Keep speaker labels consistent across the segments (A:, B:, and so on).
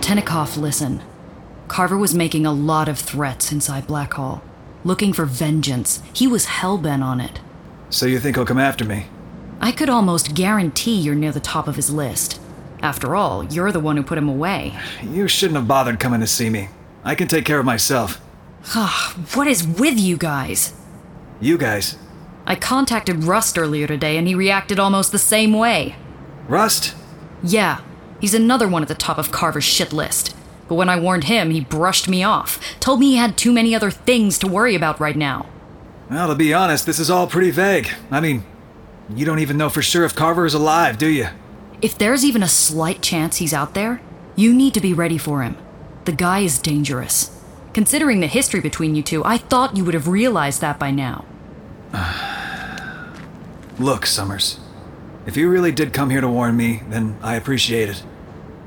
A: Tennikoff, listen. Carver was making a lot of threats inside Blackhall, looking for vengeance. He was hellbent on it.
B: So you think he'll come after me?
A: I could almost guarantee you're near the top of his list. After all, you're the one who put him away.
B: You shouldn't have bothered coming to see me. I can take care of myself.
A: what is with you guys?
B: You guys.
A: I contacted Rust earlier today and he reacted almost the same way.
B: Rust?
A: Yeah, he's another one at the top of Carver's shit list. But when I warned him, he brushed me off, told me he had too many other things to worry about right now.
B: Well, to be honest, this is all pretty vague. I mean, you don't even know for sure if Carver is alive, do you?
A: If there's even a slight chance he's out there, you need to be ready for him. The guy is dangerous. Considering the history between you two, I thought you would have realized that by now.
B: Look, Summers, if you really did come here to warn me, then I appreciate it.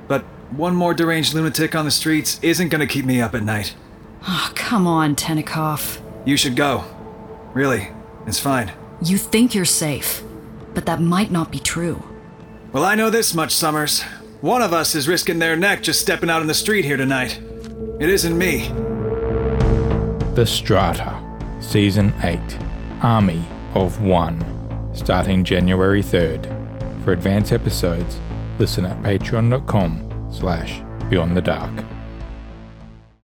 B: But one more deranged lunatic on the streets isn't gonna keep me up at night.
A: Oh, come on, Tennikoff.
B: You should go. Really, it's fine.
A: You think you're safe, but that might not be true.
B: Well, I know this much, Summers. One of us is risking their neck just stepping out on the street here tonight. It isn't me.
C: The Strata, Season 8, Army of One, starting January 3rd. For advance episodes, listen at patreon.com slash beyond the dark.